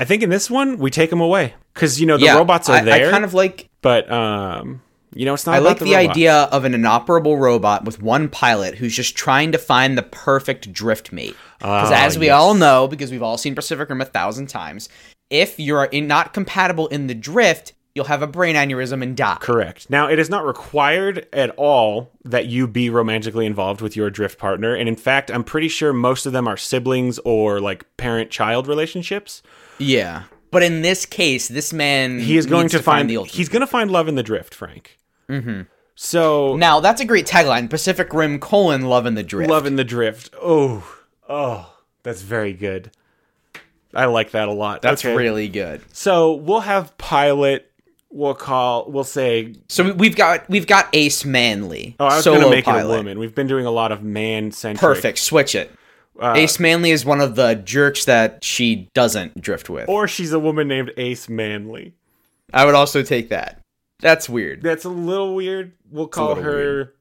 Speaker 1: I think in this one we take them away. Because you know the
Speaker 2: Yeah,
Speaker 1: robots are
Speaker 2: I-
Speaker 1: there.
Speaker 2: I kind of like
Speaker 1: but um you know it's not
Speaker 2: I
Speaker 1: about
Speaker 2: like the,
Speaker 1: robots.
Speaker 2: idea of an inoperable robot with one pilot who's just trying to find the perfect drift mate. Because
Speaker 1: Ah,
Speaker 2: as we
Speaker 1: yes.
Speaker 2: all know, because we've all seen Pacific Rim a thousand times, if you're in, not compatible in the drift, you'll have a brain aneurysm and die.
Speaker 1: Correct. Now, it is not required at all that you be romantically involved with your drift partner. And in fact, I'm pretty sure most of them are siblings or like parent child relationships.
Speaker 2: Yeah. But in this case, this man
Speaker 1: He is going
Speaker 2: needs
Speaker 1: to, find,
Speaker 2: the ultimate.
Speaker 1: he's going to find love in the drift, Frank. Mm-hmm. So,
Speaker 2: now that's a great tagline: Pacific Rim: colon Love in the Drift.
Speaker 1: love in the drift. Oh, oh, that's very good. I like that a lot.
Speaker 2: that's
Speaker 1: Okay.
Speaker 2: really good.
Speaker 1: So, we'll have pilot. We'll call. We'll say.
Speaker 2: So we- we've got we've got Ace Manley.
Speaker 1: Oh, I was
Speaker 2: solo
Speaker 1: going to make
Speaker 2: pilot.
Speaker 1: it a woman. We've been doing a lot of man-centric.
Speaker 2: Perfect. Switch it.
Speaker 1: Uh,
Speaker 2: Ace Manley is one of the jerks that she doesn't drift with.
Speaker 1: Or she's a woman named Ace Manley.
Speaker 2: I would also take that. That's weird.
Speaker 1: That's a little weird. We'll call
Speaker 2: little
Speaker 1: her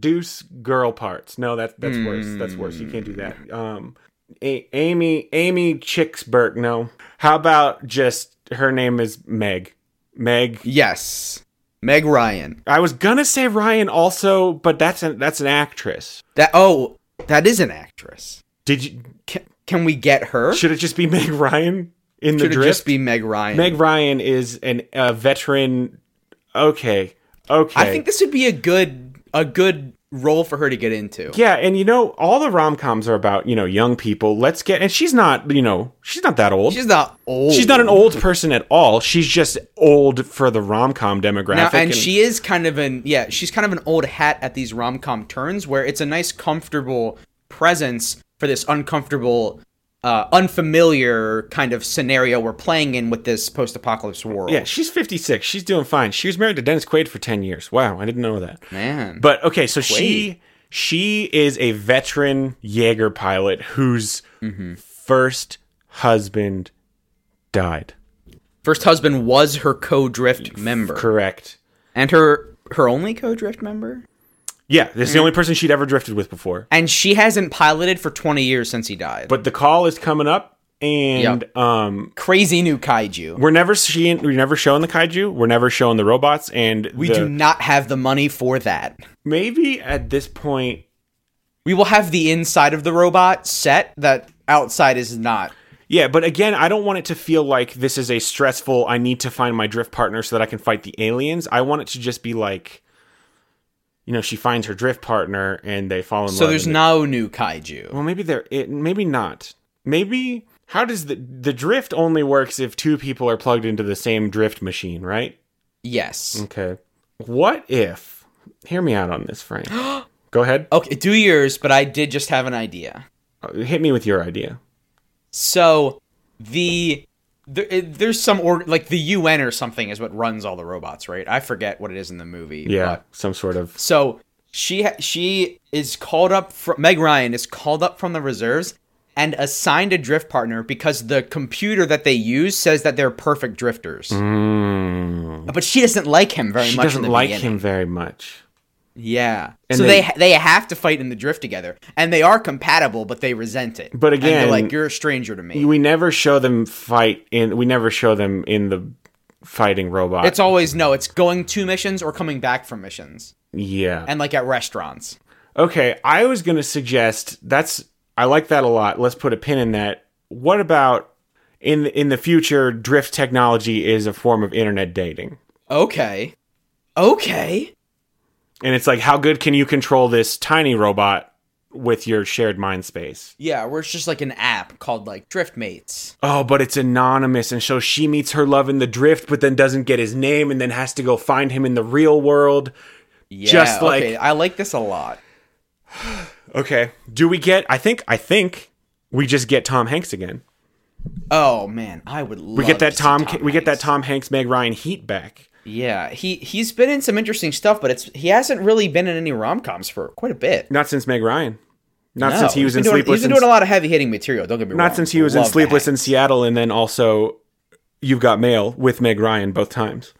Speaker 1: Deuce Girl Parts. No, that's that's
Speaker 2: Hmm.
Speaker 1: worse. That's worse. You can't do that. Um, a- Amy Amy Chicksburg. No. How about just her name is Meg. Meg.
Speaker 2: Yes. Meg Ryan.
Speaker 1: I was gonna say Ryan also, but that's an that's an actress.
Speaker 2: That oh, that is an actress.
Speaker 1: Did you?
Speaker 2: Can, can we get her?
Speaker 1: Should it just be Meg Ryan in the
Speaker 2: Should it
Speaker 1: drift?
Speaker 2: just be Meg Ryan?
Speaker 1: Meg Ryan is an a veteran. Okay. Okay.
Speaker 2: I think this would be a good a good role for her to get into.
Speaker 1: Yeah, and you know, all the rom coms are about, you know, young people. Let's get and she's not, you know, she's not that old. She's,
Speaker 2: She's not old.
Speaker 1: not an old person at all. She's just old for the rom com demographic.
Speaker 2: now, and she is kind of an yeah, she's kind of an old hat at these rom com turns where it's a nice comfortable presence for this uncomfortable, uh, unfamiliar kind of scenario we're playing in with this post apocalypse world.
Speaker 1: Yeah, she's fifty six. She's doing fine. She was married to Dennis Quaid for ten years. Wow, I didn't know that.
Speaker 2: man.
Speaker 1: But okay, so she she is a veteran Jaeger pilot whose
Speaker 2: Mm-hmm.
Speaker 1: first husband died.
Speaker 2: First husband was her co drift member,
Speaker 1: Correct.
Speaker 2: and her her only co drift member.
Speaker 1: Yeah, this
Speaker 2: Mm-hmm.
Speaker 1: is the only person she'd ever drifted with before.
Speaker 2: And she hasn't piloted for twenty years since he died.
Speaker 1: But the call is coming up and um
Speaker 2: Crazy new kaiju.
Speaker 1: We're never seeing, we're never showing the kaiju. We're never showing the robots, and
Speaker 2: We do not have the money for that.
Speaker 1: Maybe at this point,
Speaker 2: We will have the inside of the robot set that outside is not.
Speaker 1: yeah. But again, I don't want it to feel like this is a stressful. I need to find my drift partner so that I can fight the aliens. I want it to just be like, you know, she finds her drift partner and they fall in love.
Speaker 2: So there's
Speaker 1: and they-
Speaker 2: no new kaiju.
Speaker 1: well, maybe there. It maybe not. Maybe how does the the drift only works if two people are plugged into the same drift machine, right?
Speaker 2: Yes.
Speaker 1: Okay. What if? Hear me out on this, Frank. Go ahead.
Speaker 2: Okay, do yours, but I did just have an idea.
Speaker 1: Uh, Hit me with your idea.
Speaker 2: So the there, it- there's some or like the UN or something is what runs all the robots, right? I forget what it is in the movie.
Speaker 1: Yeah,
Speaker 2: but-
Speaker 1: some sort of.
Speaker 2: so she ha- she is called up from Meg Ryan is called up from the reserves and assigned a drift partner because the computer that they use says that they're perfect drifters. But she doesn't like him very
Speaker 1: Mm-hmm. She
Speaker 2: much.
Speaker 1: doesn't
Speaker 2: in the
Speaker 1: like
Speaker 2: beginning.
Speaker 1: him very much.
Speaker 2: Yeah.
Speaker 1: And
Speaker 2: so
Speaker 1: they-
Speaker 2: they, ha they have to fight in the drift together, and they are compatible, but they resent it.
Speaker 1: But
Speaker 2: And they're
Speaker 1: again-
Speaker 2: like you're a stranger to me.
Speaker 1: We never show them fight in. We never show them in the fighting robot.
Speaker 2: It's always no, it's going to missions or coming back from missions.
Speaker 1: yeah.
Speaker 2: And like at restaurants.
Speaker 1: Okay, I was going to suggest that's I like that a lot. Let's put a pin in that. What about in in the future drift technology is a form of internet dating?
Speaker 2: Okay. Okay.
Speaker 1: And it's like how good can you control this tiny robot with your shared mind space?
Speaker 2: Yeah, where it's just like an app called like Drift Mates.
Speaker 1: Oh, but it's anonymous and so she meets her love in the drift but then doesn't get his name and then has to go find him in the real world.
Speaker 2: Yeah,
Speaker 1: Just like-
Speaker 2: okay, I like this a lot.
Speaker 1: Okay. Do we get I think I think we just get Tom Hanks again.
Speaker 2: Oh man, I would.
Speaker 1: We get that Tom, we get that Tom Hanks Meg Ryan heat back.
Speaker 2: Yeah, he he's been in some interesting stuff, but it's he hasn't really been in any rom coms for quite a bit.
Speaker 1: Not since Meg Ryan. Not
Speaker 2: No,
Speaker 1: since he was
Speaker 2: he's
Speaker 1: in
Speaker 2: been doing,
Speaker 1: Sleepless.
Speaker 2: He's been
Speaker 1: In,
Speaker 2: doing a lot of heavy hitting material. Don't get me wrong.
Speaker 1: not since he was in
Speaker 2: Love
Speaker 1: Sleepless
Speaker 2: that.
Speaker 1: in Seattle, and then also You've Got Mail with Meg Ryan both times.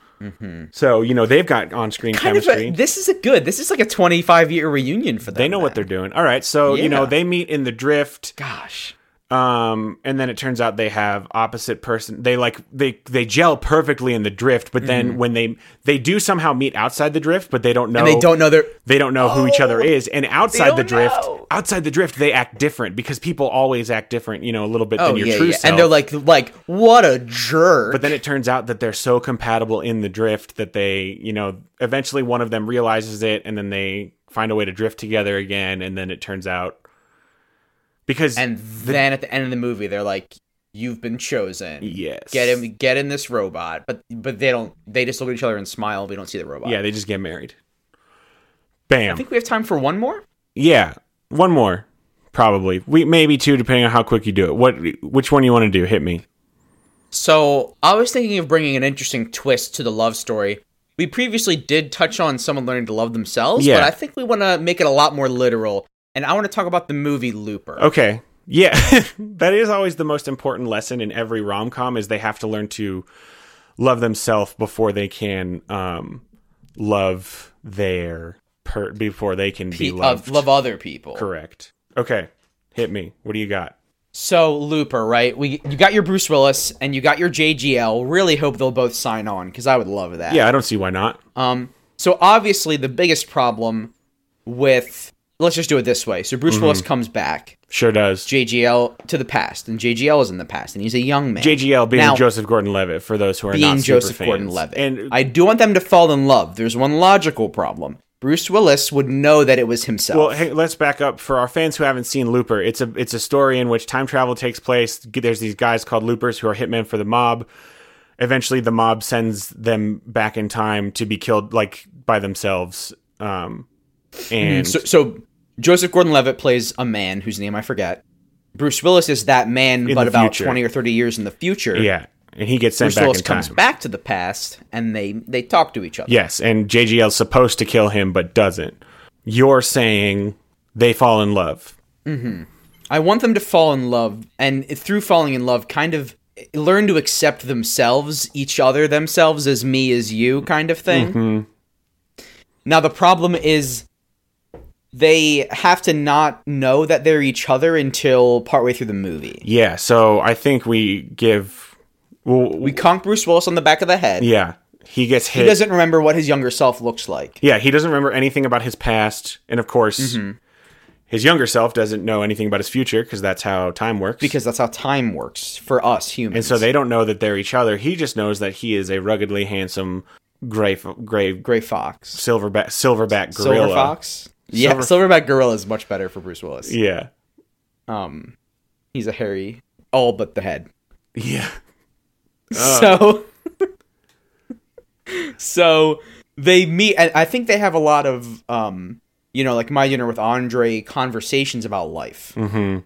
Speaker 1: So you know they've got on-screen
Speaker 2: Mm-hmm. Kind of a-
Speaker 1: chemistry.
Speaker 2: this is a good. This is like a 25 year reunion for them.
Speaker 1: they know what
Speaker 2: then.
Speaker 1: they're doing. All right, so you know
Speaker 2: Yeah.
Speaker 1: they meet in the drift,
Speaker 2: Gosh.
Speaker 1: um, and then it turns out they have opposite person. They like they they gel perfectly in the drift, but then when they they do somehow meet outside the drift, but they don't know
Speaker 2: Mm-hmm. And they don't know they're.
Speaker 1: they don't know who each other
Speaker 2: Oh,
Speaker 1: is and outside the
Speaker 2: don't
Speaker 1: drift
Speaker 2: know.
Speaker 1: outside the drift they act different because people always act different you know a little bit
Speaker 2: Oh
Speaker 1: than your
Speaker 2: yeah,
Speaker 1: true
Speaker 2: yeah.
Speaker 1: self
Speaker 2: and they're like like what a jerk.
Speaker 1: but then it turns out that they're so compatible in the drift that they you know eventually one of them realizes it and then they find a way to drift together again and then it turns out because
Speaker 2: and then at the end of the movie, they're like, "You've been chosen."
Speaker 1: yes
Speaker 2: Get him, get in this robot. But but they don't. They just look at each other and smile. We don't see the robot.
Speaker 1: yeah they just get married bam
Speaker 2: I think we have time for one more.
Speaker 1: yeah one more probably we maybe two depending on how quick you do it what which one you want to do hit me
Speaker 2: So I was thinking of bringing an interesting twist to the love story. We previously did touch on someone learning to love themselves,
Speaker 1: Yeah.
Speaker 2: but I think we want to make it a lot more literal. And I want to talk about the movie Looper.
Speaker 1: Okay. Yeah. that is always the most important lesson in every rom com is they have to learn to love themselves before they can um love their per before they can be
Speaker 2: Pe-
Speaker 1: loved.
Speaker 2: uh, love other people.
Speaker 1: Correct. Okay. Hit me. What do you got?
Speaker 2: So Looper, right? We you got your Bruce Willis and you got your JGL. Really hope they'll both sign on because I would love that.
Speaker 1: Yeah, I don't see why not.
Speaker 2: Um, so obviously the biggest problem with let's just do it this way. So Bruce
Speaker 1: Mm-hmm.
Speaker 2: Willis comes back,
Speaker 1: Sure does.
Speaker 2: JGL to the past, and JGL is in the past, and he's a young man.
Speaker 1: JGL being
Speaker 2: Now-
Speaker 1: Joseph Gordon-Levitt for those who are not
Speaker 2: being
Speaker 1: super
Speaker 2: Joseph
Speaker 1: fans.
Speaker 2: Gordon-Levitt.
Speaker 1: And
Speaker 2: I do want them to fall in love. There's one logical problem. Bruce Willis would know that it was himself.
Speaker 1: Well, hey, let's back up for our fans who haven't seen Looper. It's a it's a story in which time travel takes place. G- There's these guys called Loopers who are hitmen for the mob. Eventually, the mob sends them back in time to be killed, like by themselves. Um, and
Speaker 2: so, so Joseph Gordon-Levitt plays a man whose name I forget. Bruce Willis is that man, but
Speaker 1: the
Speaker 2: about
Speaker 1: future.
Speaker 2: 20 or 30 years in the future.
Speaker 1: yeah, and he gets sent
Speaker 2: Hmm. Bruce
Speaker 1: back
Speaker 2: Willis
Speaker 1: in time.
Speaker 2: comes back to the past, and they they talk to each other.
Speaker 1: Yes, and JGL's supposed to kill him but doesn't. You're saying they fall in love.
Speaker 2: I want them to fall in love, and through falling in love, kind of learn to accept themselves, each other, themselves as me, as you, kind of thing.
Speaker 1: Mm-hmm.
Speaker 2: Now, the problem is they have to not know that they're each other until partway through the movie.
Speaker 1: Yeah, so I think we give. Well,
Speaker 2: We conk Bruce Willis on the back of the head.
Speaker 1: yeah, he gets hit.
Speaker 2: He doesn't remember what his younger self looks like.
Speaker 1: Yeah, he doesn't remember anything about his past, and of course,
Speaker 2: Mm-hmm.
Speaker 1: his younger self doesn't know anything about his future because that's how time works.
Speaker 2: Because that's how time works for us humans.
Speaker 1: and so they don't know that they're each other. He just knows that he is a ruggedly handsome gray f- gray
Speaker 2: Gray Fox.
Speaker 1: silverback silverback gorilla.
Speaker 2: Silver Fox? Yeah, Silverback Gorilla is much better for Bruce Willis.
Speaker 1: Yeah,
Speaker 2: Um, he's a hairy, all but the head.
Speaker 1: yeah.
Speaker 2: So, so they meet, and I think they have a lot of, um, you know, like my dinner with Andre conversations about life. Mm-hmm.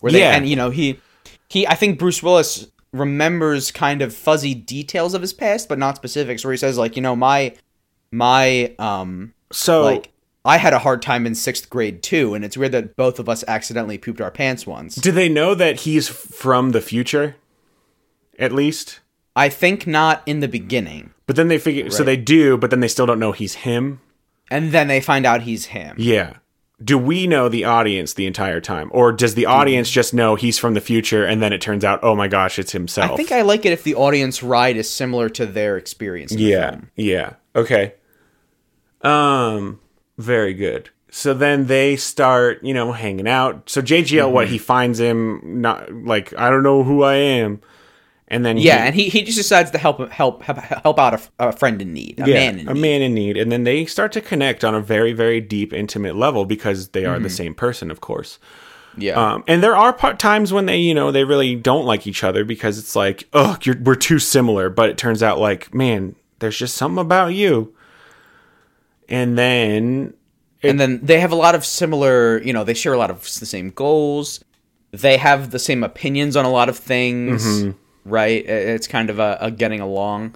Speaker 2: Where they,
Speaker 1: Yeah.
Speaker 2: and you know, he, he, I think Bruce Willis remembers kind of fuzzy details of his past, but not specifics. Where he says like, you know, my, my, um,
Speaker 1: So
Speaker 2: like. I had a hard time in sixth grade too, and it's weird that both of us accidentally pooped our pants once.
Speaker 1: do they know that he's from the future? At least,
Speaker 2: I think not in the beginning.
Speaker 1: but then they figure. So
Speaker 2: Right.
Speaker 1: they do, but then they still don't know he's him.
Speaker 2: And then they find out he's him.
Speaker 1: Yeah. do we know the audience the entire time, or does the audience
Speaker 2: Mm.
Speaker 1: just know he's from the future, and then it turns out, oh my gosh, it's himself?
Speaker 2: I think I like it if the audience ride is similar to their experience. in the
Speaker 1: Yeah.
Speaker 2: film.
Speaker 1: Yeah. Okay. Um very good. So then they start, you know, hanging out. So JGL what
Speaker 2: Mm-hmm.
Speaker 1: he finds him not like I don't know who I am. And then
Speaker 2: Yeah, and he, he just decides to help help help, help out a, f- a friend in need, a
Speaker 1: yeah, Um,
Speaker 2: man in
Speaker 1: a
Speaker 2: need.
Speaker 1: man in need. And then they start to connect on a very very deep intimate level because they
Speaker 2: Mm-hmm.
Speaker 1: are the same person, of course.
Speaker 2: yeah.
Speaker 1: Um, and there are part times when they, you know, they really don't like each other because it's like, oh, you're, we're too similar. But it turns out, like, man, there's just something about you. And then,
Speaker 2: and then they have a lot of similar, you know, they share a lot of s- the same goals. They have the same opinions on a lot of things, right? I- It's kind of a, a getting along.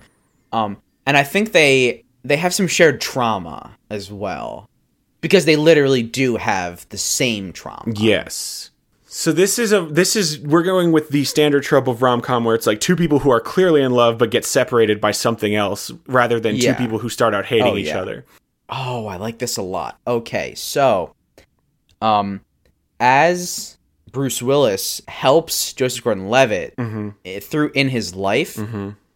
Speaker 2: Um, and I think they they have some shared trauma as well, because they literally do have the same trauma.
Speaker 1: yes. So this is a this is we're going with the standard trope of rom com where it's like two people who are clearly in love but get separated by something else rather than
Speaker 2: Yeah.
Speaker 1: two people who start out hating
Speaker 2: Oh,
Speaker 1: each
Speaker 2: yeah.
Speaker 1: other.
Speaker 2: Oh, I like this a lot. Okay, so, um, as Bruce Willis helps Joseph Gordon-Levitt eh, through in his life,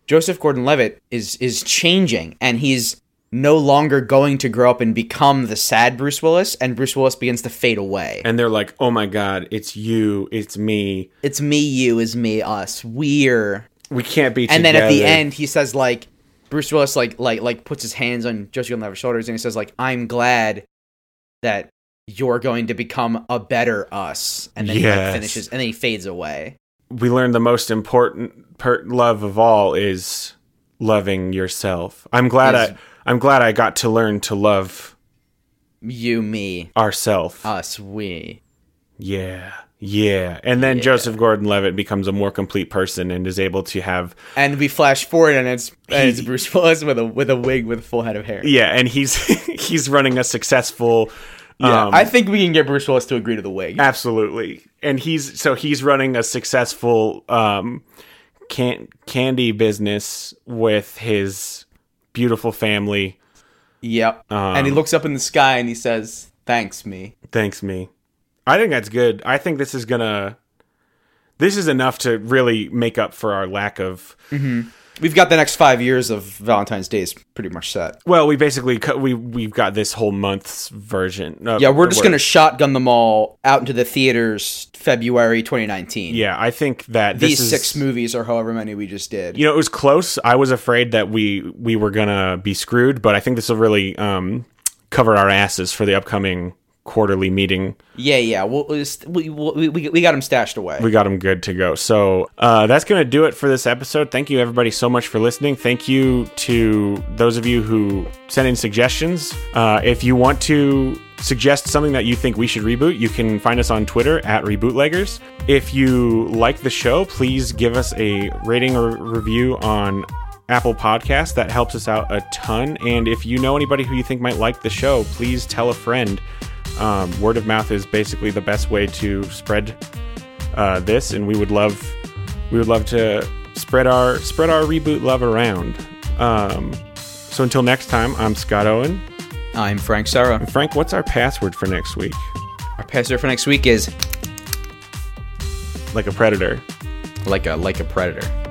Speaker 2: Joseph Gordon-Levitt is is changing, and he's no longer going to grow up and become the sad Bruce Willis, and Bruce Willis begins to fade away.
Speaker 1: And they're like, oh my god, it's you, it's me.
Speaker 2: It's me, you, is me, us, we're.
Speaker 1: We can't be.
Speaker 2: And then at the
Speaker 1: together."
Speaker 2: end, he says like, Bruce Willis like like like puts his hands on Joseph Gordon-Levitt's shoulders, and he says like, "I'm glad that you're going to become a better us." And then he
Speaker 1: Yes.
Speaker 2: like, finishes, and then he fades away.
Speaker 1: we learned the most important per- love of all is loving yourself. I'm glad
Speaker 2: Is-
Speaker 1: I I'm glad I got to learn to love
Speaker 2: You, me,
Speaker 1: ourself.
Speaker 2: us, we.
Speaker 1: yeah. Yeah. And then Joseph Gordon-Levitt becomes a more complete person and is able to have
Speaker 2: And we flash forward, and it's and it's Bruce Willis with a with a wig with a full head of hair.
Speaker 1: Yeah, and he's he's running a successful
Speaker 2: Yeah,
Speaker 1: um,
Speaker 2: I think we can get Bruce Willis to agree to the wig.
Speaker 1: absolutely. And he's so he's running a successful um can- candy business with his beautiful family.
Speaker 2: Yep. and
Speaker 1: Um,
Speaker 2: he looks up in the sky and he says, "Thanks, me."
Speaker 1: Thanks, me. I think that's good. I think this is gonna. This is enough to really make up for our lack of.
Speaker 2: We've got the next five years of Valentine's Day is pretty much set.
Speaker 1: Well, we basically cut, we we've got this whole month's version. of
Speaker 2: Yeah, we're
Speaker 1: the
Speaker 2: just
Speaker 1: word.
Speaker 2: gonna shotgun them all out into the theaters February 2019.
Speaker 1: Yeah, I think that this
Speaker 2: These
Speaker 1: is,
Speaker 2: six movies or however many we just did.
Speaker 1: You know, it was close. I was afraid that we we were gonna be screwed, but I think this will really um, cover our asses for the upcoming quarterly meeting.
Speaker 2: Yeah, yeah. We'll, we'll just- we we we we got them stashed away.
Speaker 1: we got them good to go. So uh, that's going to do it for this episode. Thank you, everybody, so much for listening. Thank you to those of you who sent in suggestions. Uh, if you want to suggest something that you think we should reboot, you can find us on Twitter at Rebootleggers. If you like the show, please give us a rating or review on. Apple Podcast that helps us out a ton. And if you know anybody who you think might like the show, please tell a friend. Um, word of mouth is basically the best way to spread uh, this, and we would love we would love to spread our spread our reboot love around. Um, so until next time, I'm Scott Owen.
Speaker 2: I'm Frank Sarah.
Speaker 1: Frank, what's our password for next week?
Speaker 2: Our pastor for next week is
Speaker 1: Like a predator.
Speaker 2: like a like a predator.